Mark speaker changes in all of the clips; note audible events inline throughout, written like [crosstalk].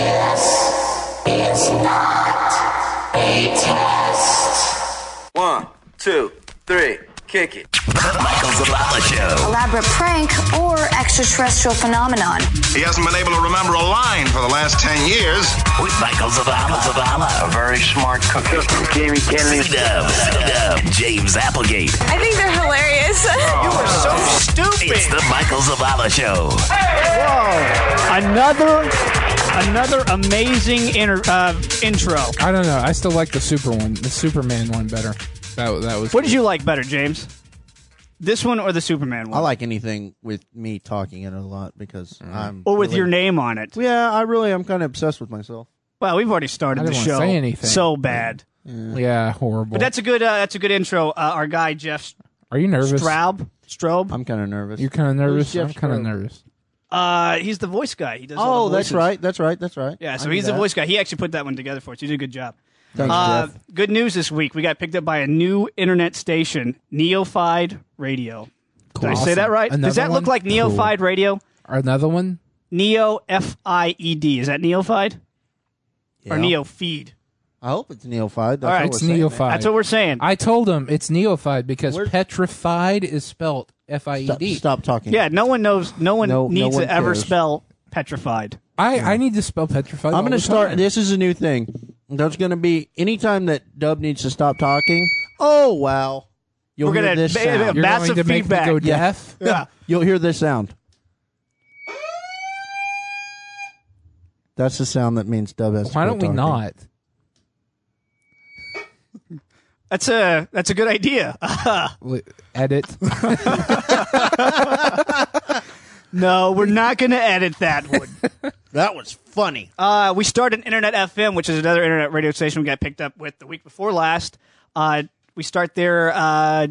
Speaker 1: This is not a test.
Speaker 2: One, two, three, kick it.
Speaker 3: The Michael Zavala Show.
Speaker 4: elaborate prank or extraterrestrial phenomenon.
Speaker 5: He hasn't been able to remember a line for the last 10 years.
Speaker 3: With Michael Zavala. Zavala. A very smart cookie.
Speaker 6: Jamie Kennedy.
Speaker 3: C-Dub. C-Dub. And James Applegate.
Speaker 7: I think they're hilarious.
Speaker 3: It's the Michael Zavala Show.
Speaker 8: Another, another amazing inter, uh, intro.
Speaker 9: I don't know. I still like the super one, the Superman one better. That that was.
Speaker 8: What did you like better, James? This one or the Superman one?
Speaker 10: I like anything with me talking in it a lot because
Speaker 8: Mm-hmm.
Speaker 10: I'm.
Speaker 8: Or with
Speaker 10: really-
Speaker 8: your name on it.
Speaker 10: Yeah, I really am kind of obsessed with myself.
Speaker 8: Well, we've already started
Speaker 9: I
Speaker 8: the
Speaker 9: didn't
Speaker 8: show.
Speaker 9: wanna say anything.
Speaker 8: So bad.
Speaker 9: Yeah, horrible.
Speaker 8: But that's a good. Uh, that's a good intro. Uh, our guy Jeff
Speaker 9: Are you nervous?
Speaker 8: Straub. Strobe.
Speaker 10: I'm kind of nervous.
Speaker 9: You're kind of nervous.
Speaker 10: Who's Jeff
Speaker 9: I'm kind of
Speaker 10: Straub?
Speaker 9: nervous.
Speaker 8: Uh, he's the voice guy. He does. all
Speaker 10: Oh,
Speaker 8: the
Speaker 10: that's
Speaker 8: voices.
Speaker 10: right. That's right. That's right.
Speaker 8: Yeah. So
Speaker 10: I knew
Speaker 8: he's the
Speaker 10: that.
Speaker 8: voice guy. He actually put that one together for us. You did a good job.
Speaker 10: Thanks,
Speaker 8: Uh,
Speaker 10: Jeff.
Speaker 8: good news this week. We got picked up by a new internet station, Neofied Radio. Did I say
Speaker 9: Awesome.
Speaker 8: that right?
Speaker 9: Another
Speaker 8: Does that
Speaker 9: one?
Speaker 8: look like Neofied Radio?
Speaker 9: Or Another one.
Speaker 8: Neo F I E D. Is that Neofied or
Speaker 10: Yeah.
Speaker 8: Neofeed?
Speaker 10: I hope it's neophyte.
Speaker 8: All right,
Speaker 9: It's neophyte.
Speaker 8: That's what we're saying.
Speaker 9: I told him it's neophyte because
Speaker 10: We're-
Speaker 9: petrified is spelled F I E
Speaker 10: Stop,
Speaker 9: D.
Speaker 10: stop talking.
Speaker 8: yeah, no one knows. No one
Speaker 10: No- no
Speaker 8: needs
Speaker 10: one
Speaker 8: to ever
Speaker 10: cares.
Speaker 8: spell petrified.
Speaker 9: I I need to spell petrified.
Speaker 10: I'm
Speaker 9: going to
Speaker 10: start. This is a new thing. There's going to be any time that Dub needs to stop talking. Oh wow! You'll
Speaker 8: We're
Speaker 10: hear
Speaker 8: gonna [laughs]
Speaker 10: this
Speaker 8: ba-
Speaker 10: sound.
Speaker 9: You're
Speaker 8: Massive
Speaker 9: going to make
Speaker 8: feedback.
Speaker 9: me go
Speaker 10: [laughs] Yeah.
Speaker 9: deaf.
Speaker 8: Yeah.
Speaker 10: You'll hear this sound. That's the sound that means Dub has. to
Speaker 9: Why
Speaker 10: quit
Speaker 9: don't we
Speaker 10: talking.
Speaker 9: not?
Speaker 8: That's a that's a good idea. [laughs]
Speaker 9: Li- Edit.
Speaker 8: no, we're not going to edit that
Speaker 10: [laughs]
Speaker 8: one.
Speaker 10: That was funny.
Speaker 8: Uh, we started Internet FM, which is another internet radio station we got picked up with the week before last. Uh, we start there uh,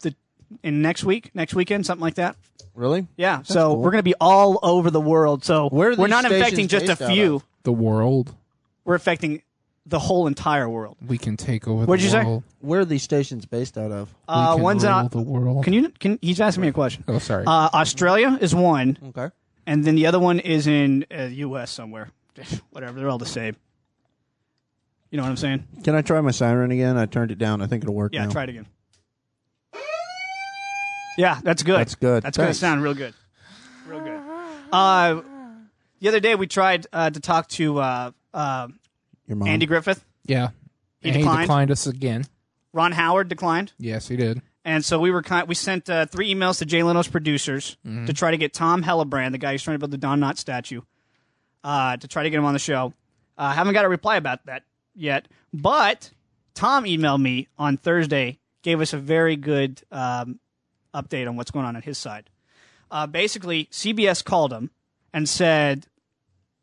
Speaker 8: the in next week, next weekend, something like that.
Speaker 10: really?
Speaker 8: Yeah. so we're going to be all over the world. So
Speaker 10: Where are
Speaker 8: we're
Speaker 10: these
Speaker 8: not
Speaker 10: stations
Speaker 8: infecting just a
Speaker 10: based out
Speaker 8: few.
Speaker 10: of?
Speaker 9: the world.
Speaker 8: We're affecting the whole entire world.
Speaker 9: We can take over.
Speaker 8: What'd
Speaker 9: the
Speaker 8: you say?
Speaker 9: world.
Speaker 10: Where are these stations based out of?
Speaker 9: We
Speaker 8: Uh,
Speaker 9: can
Speaker 8: one's in
Speaker 9: rule
Speaker 8: Au-
Speaker 9: the world.
Speaker 8: Can you? Can he's asking me a question?
Speaker 9: Oh, sorry.
Speaker 8: Uh, Australia is one,
Speaker 10: Okay.
Speaker 8: and then the other one is in uh, U.S. somewhere. [laughs] Whatever, they're all the same. You know what I'm saying?
Speaker 10: Can I try my siren again? I turned it down. I think it'll work
Speaker 8: Yeah,
Speaker 10: now.
Speaker 8: try it again. Yeah, that's good.
Speaker 10: That's good.
Speaker 8: That's going to
Speaker 10: Thanks.
Speaker 8: sound real good. Real good. Uh, the other day we tried uh, to talk to uh, uh,
Speaker 10: Your mom.
Speaker 8: Andy Griffith.
Speaker 9: yeah.
Speaker 8: He
Speaker 9: And
Speaker 8: declined?
Speaker 9: he declined us again.
Speaker 8: Ron Howard declined.
Speaker 9: Yes, he did.
Speaker 8: And so we were kind we sent uh, three emails to Jay Leno's producers to try to get Tom Hellebrand, the guy who's trying to build the Don Knotts statue, uh, to try to get him on the show. Uh, haven't got a reply about that yet, but Tom emailed me on Thursday, gave us a very good um, update on what's going on on his side. Uh, basically, CBS called him and said,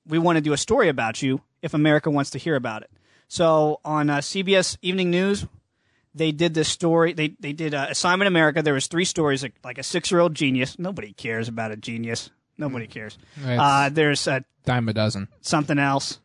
Speaker 8: "We want to do a story about you if America wants to hear about it." So on uh, CBS Evening News, they did this story. They they did uh, Assignment America. There was three stories, like, like a six year old genius. Nobody cares about a genius. Nobody cares.
Speaker 9: It's
Speaker 8: Uh, there's uh,
Speaker 9: dime a dozen.
Speaker 8: something else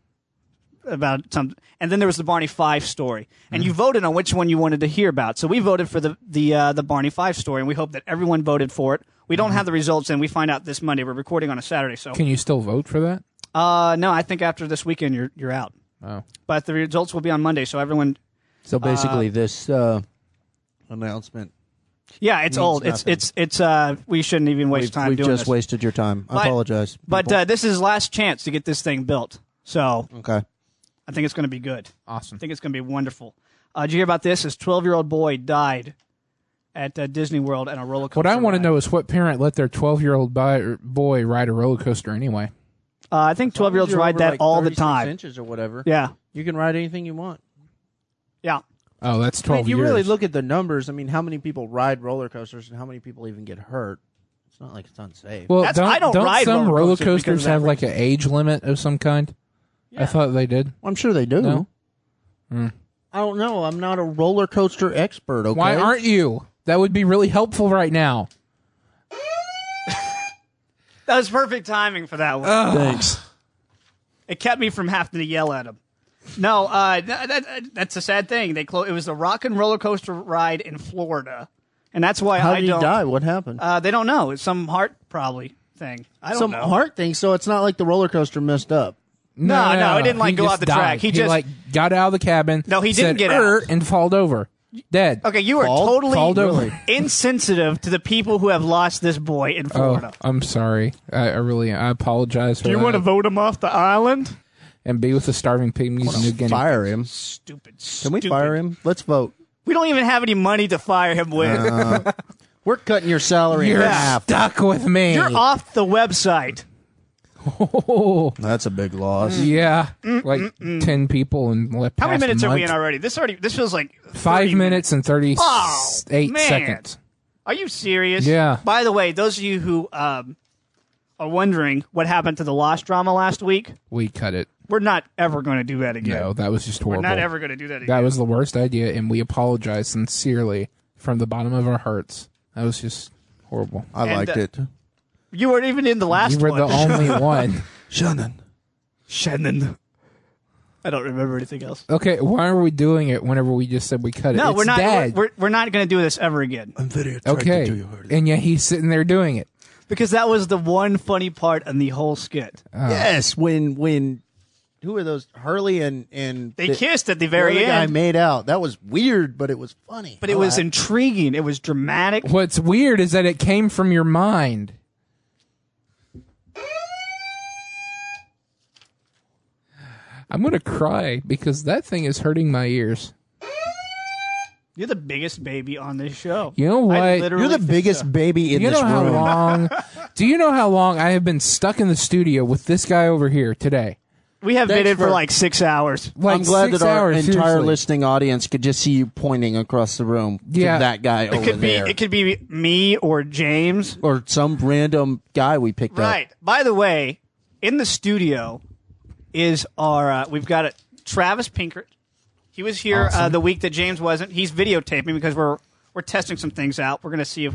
Speaker 8: about something, and then there was the Barney Five story. And you voted on which one you wanted to hear about. So we voted for the the uh, the Barney Five story, and we hope that everyone voted for it. We don't have the results, and we find out this Monday. We're recording on a Saturday, so
Speaker 9: Can you still vote for that?
Speaker 8: uh, no, I think after this weekend you're you're out.
Speaker 9: Oh.
Speaker 8: But the results will be on Monday, so everyone
Speaker 10: So basically, this uh, announcement.
Speaker 8: Yeah, it's
Speaker 10: Means
Speaker 8: old.
Speaker 10: nothing.
Speaker 8: It's it's it's. Uh, we shouldn't even waste
Speaker 10: We've,
Speaker 8: time
Speaker 10: we've
Speaker 8: doing
Speaker 10: just
Speaker 8: this.
Speaker 10: wasted your time. I
Speaker 8: But-
Speaker 10: apologize.
Speaker 8: but
Speaker 10: people.
Speaker 8: uh, this is last chance to get this thing built. So
Speaker 10: okay.
Speaker 8: I think it's going to be good. I
Speaker 9: Awesome.
Speaker 8: think it's going to be wonderful. Uh, did you hear about this? This twelve-year-old boy died at uh, Disney World in a roller coaster.
Speaker 9: What I want to
Speaker 8: ride.
Speaker 9: know is what parent let their 12 year old boy ride a roller coaster anyway?
Speaker 8: Uh, I think twelve-year-olds
Speaker 10: You're
Speaker 8: ride
Speaker 10: over,
Speaker 8: that
Speaker 10: like,
Speaker 8: all the
Speaker 10: 36
Speaker 8: time.
Speaker 10: Inches or whatever.
Speaker 8: Yeah,
Speaker 10: You can ride anything you want.
Speaker 8: yeah.
Speaker 9: Oh, that's
Speaker 10: I
Speaker 9: 12
Speaker 10: mean, you
Speaker 9: years.
Speaker 10: really look at the numbers. I mean, how many people ride roller coasters and how many people even get hurt? It's not like it's unsafe.
Speaker 9: well,
Speaker 8: That's-
Speaker 9: don't,
Speaker 8: I don't
Speaker 9: don't
Speaker 8: ride
Speaker 9: some
Speaker 8: roller
Speaker 9: roller
Speaker 8: coasters because of
Speaker 9: coasters
Speaker 8: that
Speaker 9: have like an age limit of some kind? I thought they did.
Speaker 10: I'm sure they do.
Speaker 9: No.
Speaker 8: Hmm.
Speaker 10: I don't know. I'm not a roller coaster expert. Okay.
Speaker 9: Why aren't you? That would be really helpful right now.
Speaker 8: That was perfect timing for that one.
Speaker 10: Thanks.
Speaker 8: It kept me from having to yell at him. No, uh, that, that, that's a sad thing. They clo- It was the rock and roller coaster ride in Florida, and that's why
Speaker 10: How
Speaker 8: I
Speaker 10: did he
Speaker 8: don't.
Speaker 10: die? What happened?
Speaker 8: Uh, they don't know. It's some heart probably thing. I don't
Speaker 10: Some
Speaker 8: know.
Speaker 10: heart thing. So it's not like the roller coaster messed up.
Speaker 8: No, no, it didn't, like,
Speaker 9: He
Speaker 8: go
Speaker 9: just
Speaker 8: out the
Speaker 9: died.
Speaker 8: track. He just-
Speaker 9: like got out of the cabin.
Speaker 8: No, he
Speaker 9: said,
Speaker 8: didn't get out.
Speaker 9: "Er," and falled over, dead.
Speaker 8: Okay, you are
Speaker 10: Fall-
Speaker 8: totally
Speaker 9: Fall over.
Speaker 8: [laughs] insensitive to the people who have lost this boy in
Speaker 9: Oh,
Speaker 8: Florida.
Speaker 9: I'm sorry. I, I really I apologize for
Speaker 8: Do you
Speaker 9: that.
Speaker 8: want to vote him off the island?
Speaker 9: and be with the starving pygmies in New Guinea.
Speaker 10: Fire him.
Speaker 8: Stupid.
Speaker 10: Can we fire him? Let's vote.
Speaker 8: We don't even have any money to fire him with.
Speaker 10: We're cutting your salary
Speaker 9: You're
Speaker 10: in half.
Speaker 9: stuck with
Speaker 8: [laughs]
Speaker 9: me.
Speaker 8: You're
Speaker 9: [laughs]
Speaker 8: off the website.
Speaker 9: Oh,
Speaker 10: That's a big loss.
Speaker 8: Hmm.
Speaker 9: yeah, like ten people in the
Speaker 8: Mm, How many
Speaker 9: past
Speaker 8: minutes are we
Speaker 9: month.
Speaker 8: in already? This already. This feels like 30
Speaker 9: Five minutes and thirty-eight
Speaker 8: Oh, man.
Speaker 9: seconds.
Speaker 8: Are you serious?
Speaker 9: Yeah.
Speaker 8: By the way, those of you who um, are wondering what happened to the lost drama last week,
Speaker 9: We cut it.
Speaker 8: we're not ever going to do that again.
Speaker 9: No, that was just
Speaker 8: we're
Speaker 9: horrible.
Speaker 8: not ever going to do that again.
Speaker 9: That was the worst idea, and we apologize sincerely from the bottom of our hearts. That was just horrible.
Speaker 10: I
Speaker 8: And,
Speaker 10: liked
Speaker 8: uh,
Speaker 10: it.
Speaker 8: you weren't even in the last
Speaker 9: You
Speaker 8: [laughs]
Speaker 9: were
Speaker 8: one.
Speaker 9: the only one.
Speaker 10: Shannon.
Speaker 8: Shannon. I don't remember anything else.
Speaker 9: Okay, why are we doing it whenever we just said we cut it?
Speaker 8: No,
Speaker 9: It's
Speaker 8: we're not.
Speaker 9: Dead.
Speaker 8: We're, we're not going to do this ever again
Speaker 10: I'm very attracted
Speaker 9: okay, and yet he's sitting there doing it.
Speaker 8: because that was the one funny part in the whole skit.
Speaker 10: Uh. Yes, when when who are those Hurley and and
Speaker 8: They
Speaker 10: the-
Speaker 8: kissed at the
Speaker 10: the other
Speaker 8: very
Speaker 10: guy
Speaker 8: end,
Speaker 10: made out. That was weird, but it was funny. Uh,
Speaker 8: but it was intriguing. It was dramatic.
Speaker 9: What's weird is that it came from your mind. I'm gonna cry because that thing is hurting my ears.
Speaker 8: You're the biggest baby on this show.
Speaker 9: You know
Speaker 8: I
Speaker 9: what?
Speaker 8: literally
Speaker 10: You're the
Speaker 8: think
Speaker 10: biggest
Speaker 8: so.
Speaker 10: baby in
Speaker 9: you
Speaker 10: this
Speaker 9: know how
Speaker 10: room.
Speaker 9: long? do you know how long I have been stuck in the studio with this guy over here today?
Speaker 8: We have been
Speaker 10: Thanks
Speaker 8: in for
Speaker 10: for-
Speaker 8: like six hours.
Speaker 9: Like
Speaker 10: I'm glad
Speaker 9: six
Speaker 10: that our
Speaker 9: hours,
Speaker 10: entire
Speaker 9: seriously.
Speaker 10: listening audience could just see you pointing across the room
Speaker 9: Yeah.
Speaker 10: to that guy over
Speaker 8: It could be.
Speaker 10: there,
Speaker 8: It could be me or James.
Speaker 10: or some random guy we picked
Speaker 8: Right. By the way, in the studio is our. Uh, we've got a, Travis Pinkert. He was here uh, the week that James wasn't. He's videotaping because we're we're testing some things out. We're going to see if.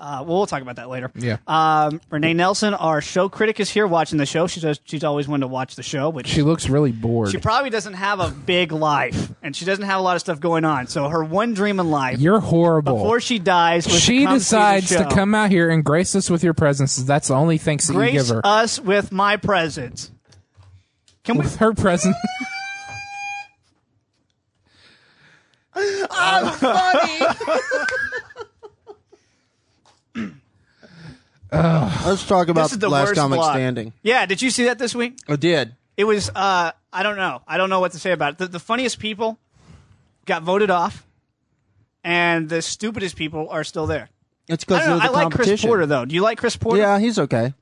Speaker 8: Uh, well, we'll talk about that later.
Speaker 9: Yeah.
Speaker 8: Um, Renee Nelson, our show critic, is here watching the show. She says she's always wanted to watch the show, which
Speaker 9: She looks really bored.
Speaker 8: She probably doesn't have a big life, and she doesn't have a lot of stuff going on. So her one dream in life,
Speaker 9: You're horrible.
Speaker 8: before she dies, was to
Speaker 9: she
Speaker 8: come see the
Speaker 9: decides to
Speaker 8: show.
Speaker 9: come out here and grace us with your presence. That's the only thanks that you
Speaker 8: grace
Speaker 9: give her.
Speaker 8: us with my presence. Can we?
Speaker 9: with her presence.
Speaker 10: out. Let's talk about
Speaker 8: This is the
Speaker 10: last
Speaker 8: worst
Speaker 10: comic
Speaker 8: blog.
Speaker 10: standing.
Speaker 8: Yeah, did you see that this week?
Speaker 10: I did.
Speaker 8: It was. Uh, I don't know. I don't know what to say about it. The, the funniest people got voted off, and the stupidest people are still there.
Speaker 10: It's
Speaker 8: I
Speaker 10: because
Speaker 8: don't know.
Speaker 10: of the
Speaker 8: I like Chris
Speaker 10: competition.
Speaker 8: Porter though. Do you like Chris Porter?
Speaker 10: Yeah, he's okay.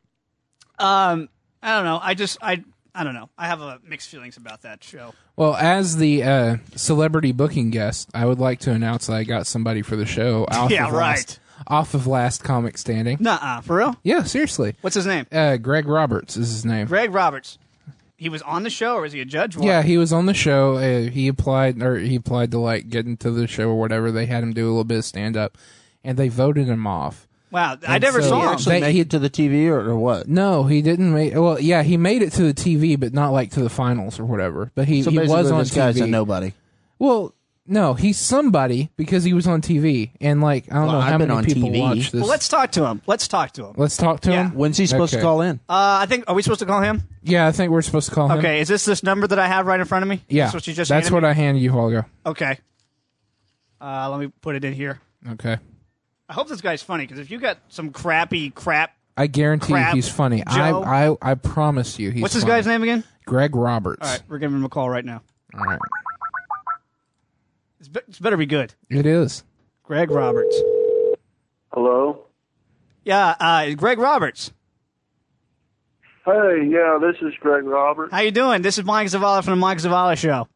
Speaker 8: I don't know. I just I I don't know. I have a mixed feelings about that show.
Speaker 9: Well, as the uh, celebrity booking guest, I would like to announce that I got somebody for
Speaker 8: [laughs]
Speaker 9: the show. Off
Speaker 8: Yeah,
Speaker 9: of
Speaker 8: right.
Speaker 9: Last, off of last comic standing.
Speaker 8: Nuh-uh, for real.
Speaker 9: Yeah, seriously.
Speaker 8: What's his name?
Speaker 9: Uh, Greg Roberts is his name.
Speaker 8: Greg Roberts. He was on the show, or was he a judge? What?
Speaker 9: Yeah, he was on the show. Uh, he applied, or he applied to like get into the show or whatever. They had him do a little bit of stand up, and they voted him off.
Speaker 8: Wow, I
Speaker 9: And
Speaker 8: never
Speaker 9: so-
Speaker 8: saw him.
Speaker 9: Actually-
Speaker 10: Actually,
Speaker 9: They-
Speaker 10: make it to the TV or, or what?
Speaker 9: No, he didn't make. Well, yeah, he made it to the TV, but not like to the finals or whatever. But he,
Speaker 10: So
Speaker 9: he
Speaker 10: basically,
Speaker 9: was on
Speaker 10: this
Speaker 9: TV.
Speaker 10: guy's a nobody.
Speaker 9: Well, no, he's somebody because he was on TV, and like I don't
Speaker 10: Well,
Speaker 9: know
Speaker 10: I've
Speaker 9: how
Speaker 10: been
Speaker 9: many
Speaker 10: on
Speaker 9: people
Speaker 10: TV.
Speaker 9: watch this.
Speaker 8: Well, let's talk to him. Let's talk to him. Uh,
Speaker 9: Let's talk to
Speaker 8: Yeah.
Speaker 9: him.
Speaker 10: When's he supposed
Speaker 9: Okay.
Speaker 10: to call in?
Speaker 8: I think are we supposed to call him?
Speaker 9: Yeah, I think we're supposed to call him.
Speaker 8: Okay, is this this number that I have right in front of me?
Speaker 9: Yeah,
Speaker 8: that's what you just.
Speaker 9: that's what I handed you, Holga.
Speaker 8: I. Okay. Uh, let me put it in here.
Speaker 9: Okay,
Speaker 8: I hope this guy's funny because if you got some crappy crap,
Speaker 9: I guarantee
Speaker 8: Crap,
Speaker 9: you he's funny.
Speaker 8: Joe.
Speaker 9: I, I I promise you he's.
Speaker 8: what's this
Speaker 9: funny.
Speaker 8: guy's name again?
Speaker 9: Greg Roberts.
Speaker 8: All right, we're giving him a call right now.
Speaker 9: All right.
Speaker 8: It's, be- it's better be good.
Speaker 9: It is.
Speaker 8: Greg Roberts.
Speaker 6: Hello.
Speaker 8: Yeah, uh, Greg Roberts.
Speaker 6: Hey, yeah, this is Greg Roberts.
Speaker 8: How you doing? This is Mike Zavala from the Mike Zavala Show.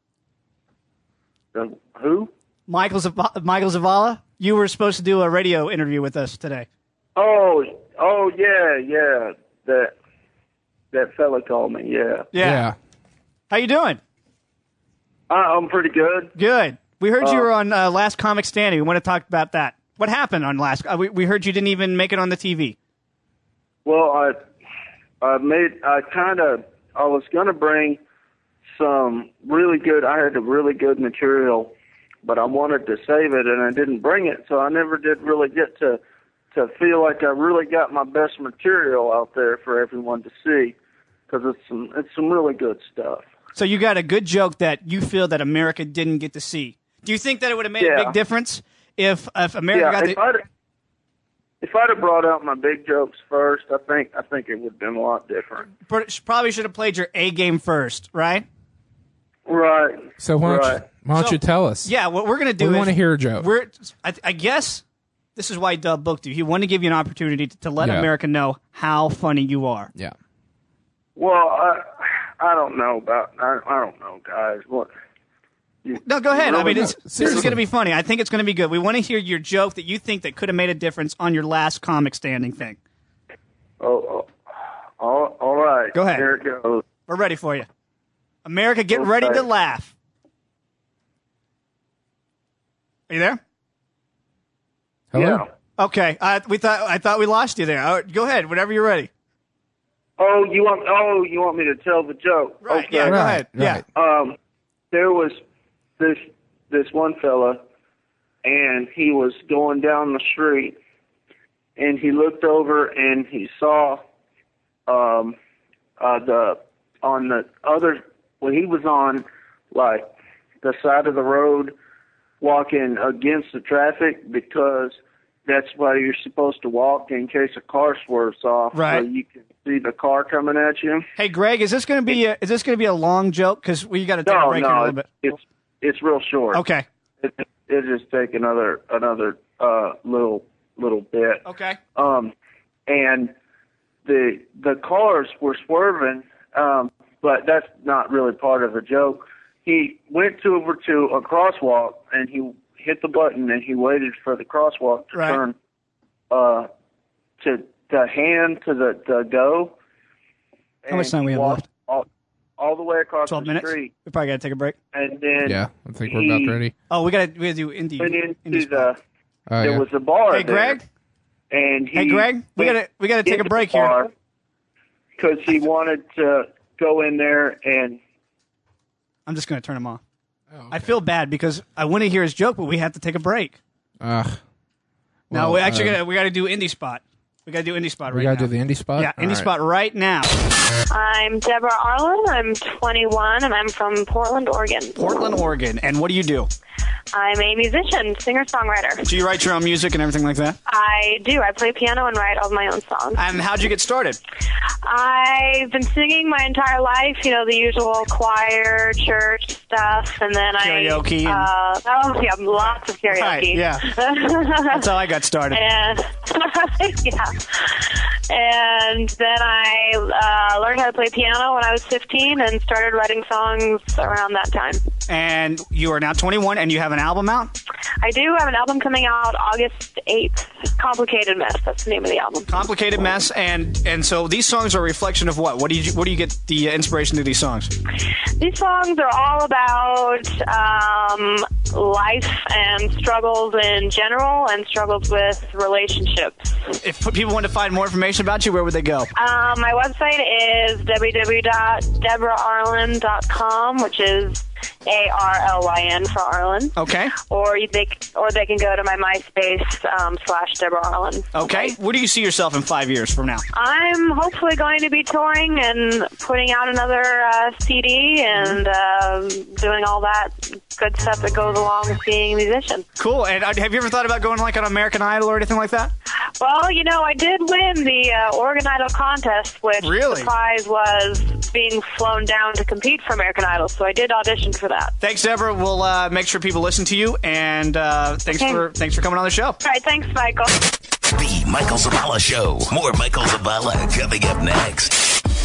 Speaker 6: And who?
Speaker 8: Michael Zav- Michael Zavala, you were supposed to do a radio interview with us today.
Speaker 6: Oh, oh yeah, yeah. That that fella called me. Yeah,
Speaker 8: How you doing?
Speaker 6: I, I'm pretty good.
Speaker 8: Good. We heard you were on uh, Last Comic Standing. We want to talk about that. What happened on Last? Uh, we, we heard you didn't even make it on the TV.
Speaker 6: Well, I I made I kind of I was gonna bring some really good. I had a really good material, but I wanted to save it and I didn't bring it, so I never did really get to to feel like I really got my best material out there for everyone to see. 'Cause because it's some it's some really good stuff.
Speaker 8: So you got a good joke that you feel that America didn't get to see. Do you think that it would have made a
Speaker 6: Yeah.
Speaker 8: big difference if if America
Speaker 6: Yeah,
Speaker 8: got
Speaker 6: if
Speaker 8: the,
Speaker 6: I'd if I'd have brought out my big jokes first, I think I think it would have been a lot different.
Speaker 8: pr- probably should have played your A game first, right?
Speaker 6: Right.
Speaker 9: So why don't,
Speaker 6: right.
Speaker 9: you, why don't
Speaker 8: So-
Speaker 9: you tell us?
Speaker 8: Yeah, what we're gonna do
Speaker 9: We
Speaker 8: is
Speaker 9: wanna hear a joke.
Speaker 8: We're I, I guess this is why Dub booked you. He wanted to give you an opportunity to, to let
Speaker 9: Yeah.
Speaker 8: America know how funny you are.
Speaker 9: Yeah.
Speaker 6: Well, I I don't know about I I don't know guys what. you-
Speaker 8: No, go ahead. I
Speaker 6: really
Speaker 8: mean, it's,
Speaker 9: No,
Speaker 8: this is
Speaker 9: seriously.
Speaker 8: going to be funny. I think it's going to be good. We want to hear your joke that you think that could have made a difference on your last comic standing thing.
Speaker 6: Oh, oh, all, all right.
Speaker 8: Go ahead.
Speaker 6: Here it goes.
Speaker 8: We're ready for you. America, get ready
Speaker 6: Okay.
Speaker 8: to laugh. Are you there?
Speaker 9: Hello?
Speaker 6: Yeah.
Speaker 8: Okay. I, we thought I thought we lost you there. All right, go ahead. Whenever you're ready.
Speaker 6: Oh, you want? Oh, you want me to tell the joke?
Speaker 8: Right.
Speaker 6: Okay.
Speaker 8: Yeah. Go
Speaker 9: Right,
Speaker 8: ahead. Yeah.
Speaker 9: right.
Speaker 6: um, there was this this one fella, and he was going down the street, and he looked over and he saw, um, uh, the on the other when he was on like the side of the road, walking against the traffic because that's why you're supposed to walk in case a car swerves off,
Speaker 8: Right.
Speaker 6: so you can see the car coming at you.
Speaker 8: Hey, Greg, is this going to be a, is this going to be a long joke? Because we got to take a
Speaker 6: No,
Speaker 8: break here in a
Speaker 6: no,
Speaker 8: little bit.
Speaker 6: it's it's real short.
Speaker 8: Okay.
Speaker 6: it, it just take another another uh, little little bit.
Speaker 8: Okay.
Speaker 6: Um, and the the cars were swerving, um, but that's not really part of the joke. He went to over to a crosswalk and he hit the button and he waited for the crosswalk to
Speaker 8: Right.
Speaker 6: turn uh, to the hand to the, the go.
Speaker 8: How much
Speaker 6: And
Speaker 8: time
Speaker 6: he
Speaker 8: we have
Speaker 6: walked
Speaker 8: left?
Speaker 6: All, all the way across
Speaker 8: Twelve
Speaker 6: the
Speaker 8: minutes. We
Speaker 6: street,
Speaker 8: probably got to take a break.
Speaker 6: and then
Speaker 9: Yeah. I think we're about
Speaker 6: he
Speaker 9: ready.
Speaker 8: Oh, we got to we got to do indie.
Speaker 6: Went
Speaker 8: indie
Speaker 6: into
Speaker 8: spot.
Speaker 6: the
Speaker 9: Oh,
Speaker 6: there
Speaker 9: yeah.
Speaker 6: was a bar.
Speaker 8: Hey,
Speaker 6: there,
Speaker 8: Greg?
Speaker 6: And he
Speaker 8: Hey, Greg, we gotta- we gotta take a break here.
Speaker 6: because he wanted to go in there and
Speaker 8: I'm just going to turn him off.
Speaker 9: Oh,
Speaker 8: I feel bad because I want to hear his joke, but we have to take a break.
Speaker 9: Ugh.
Speaker 8: No,
Speaker 9: Well,
Speaker 8: we actually
Speaker 9: uh,
Speaker 8: gotta, we got to do indie spot. We got to do indie spot
Speaker 9: we
Speaker 8: right
Speaker 9: gotta
Speaker 8: now.
Speaker 9: do the indie spot.
Speaker 8: yeah,
Speaker 9: All
Speaker 8: indie
Speaker 9: right.
Speaker 8: spot right now.
Speaker 7: I'm Deborah Arlen. I'm 21 and I'm from Portland, Oregon.
Speaker 8: Portland, Oregon. And what do you do?
Speaker 7: I'm a musician, singer songwriter.
Speaker 8: Do you write your own music and everything like that?
Speaker 7: I do. I play piano and write all of my own songs.
Speaker 8: And how'd you get started?
Speaker 7: I've been singing my entire life, you know, the usual choir, church stuff, and then
Speaker 8: Karaoke and-
Speaker 7: I. Uh, oh, yeah, [laughs] lots of karaoke.
Speaker 8: Right,
Speaker 7: [laughs]
Speaker 8: yeah. That's how I got started.
Speaker 7: and yeah. And then I uh, learned how to play piano when I was 15 and started writing songs around that time.
Speaker 8: And you are now 21 and you have an album out?
Speaker 7: I do have an album coming out August 8th. Complicated Mess. That's the name of the album.
Speaker 8: Complicated mess and and so these songs are a reflection of what? What do you what do you get the uh, inspiration to these songs?
Speaker 7: These songs are all about um, life and struggles in general and struggles with relationships.
Speaker 8: If people want to find more information about you, where would they go?
Speaker 7: Um, my website is www.debraharlan.com, which is A R L Y N for Arlen.
Speaker 8: Okay.
Speaker 7: Or you- they c- or they can go to my MySpace um, slash Deborah Arlen.
Speaker 8: Okay. Where do you see yourself in 5 years from now?
Speaker 7: I'm hopefully going to be touring and putting out another uh, CD and um doing all that good stuff that goes along with being a musician.
Speaker 8: Cool. And uh, have you ever thought about going like on American Idol or anything like that?
Speaker 7: Well, you know, I did win the uh, Oregon Idol contest, which
Speaker 8: Really?
Speaker 7: the prize was being flown down to compete for American Idol, so I did audition for that.
Speaker 8: Thanks, Deborah. We'll uh, make sure people listen to you, and uh, thanks
Speaker 7: Okay.
Speaker 8: for thanks for coming on the show.
Speaker 7: All right, thanks, Michael.
Speaker 3: The Michael Zavala Show. More Michael Zavala coming up next.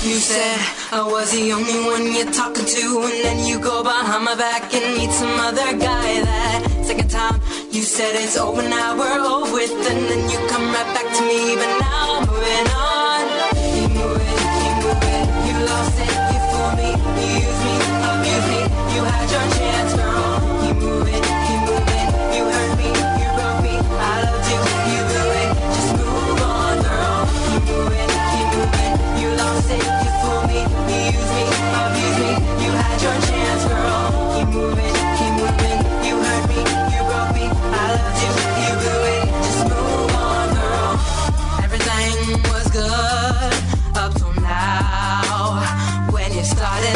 Speaker 11: You said I was the only one you're talking to, and then you go behind my back and meet some other guy. That second time you said it's over now, we're over with, and then you come right back to me. But now I'm moving on. You move it, you move it, you lost it, you fooled me, you used me, abused me, you had your chance, girl. You move it, you move it, you hurt me, you broke me, I loved you, you blew it, just move on, girl. You move it, you move it, you lost it, you fooled me, you used me, abused me, you had your chance, girl. You move it, you move it, you hurt me, you broke me, I loved you, you blew it, just move on, girl. Everything was good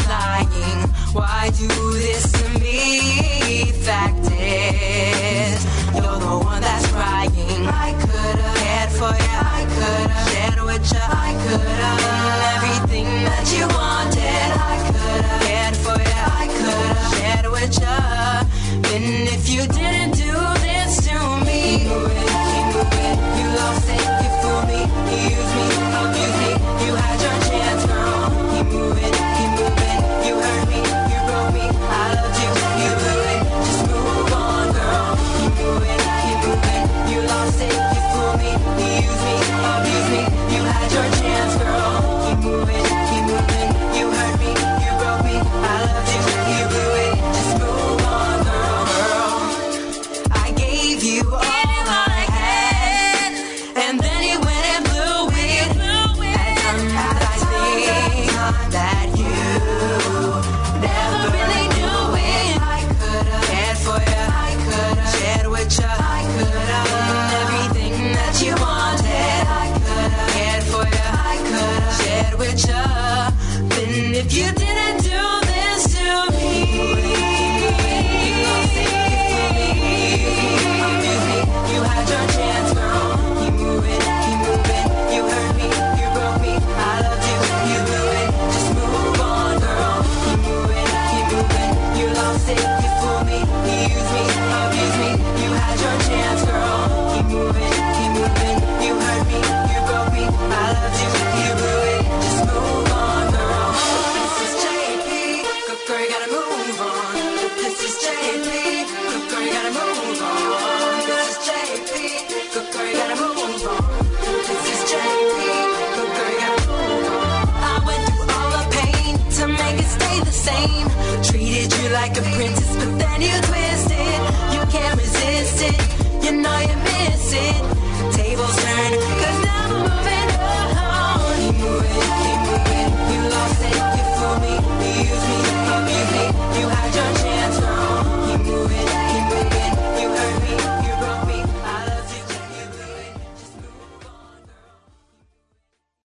Speaker 11: lying. Why do this to me? Fact is, you're the one that's crying. I could've cared for you. I could've shared with you. I could've done everything that you wanted. I could've cared for you. I could've shared with you. And if you didn't do this to me, you you lost it. You fooled me. You used me. Abused me. You had your chance, girl. Keep moving. Keep moving. You hurt me. You broke me. I loved you. You blew it. Just move on, girl. Keep moving. Keep moving. You lost it. You fooled me. You used me. Abused me. You had your chance, girl. Keep moving. Keep moving. You hurt me. You broke me. I loved you. You blew it. Just move on, girl. Girl. I gave you all I had, and then you went and blew it. At times I think that you never really knew it. I could've cared for you. I could've shared with you. I could've done everything that you wanted. I could've cared for you. I could've shared with you. Then if you didn't do this to me. You had your chance, girl. Keep moving, keep moving. You hurt me, you broke me. I loved you, you blew it. Just move on, girl. Keep moving, keep moving. You lost it, you fooled me, you used me, abused me. You had your chance, girl. Keep moving, keep moving. You hurt me, you broke me. I loved you, you blew it. Just move on, girl. This is JP. Good girl, you gotta move on. This is JP. Good girl, you gotta move on. This is JP. Good girl, you gotta move on. This is JP. Good girl, you gotta move on. I went through all the pain to make it stay the same. Treated you like a princess, but then you twisted. You can't resist it.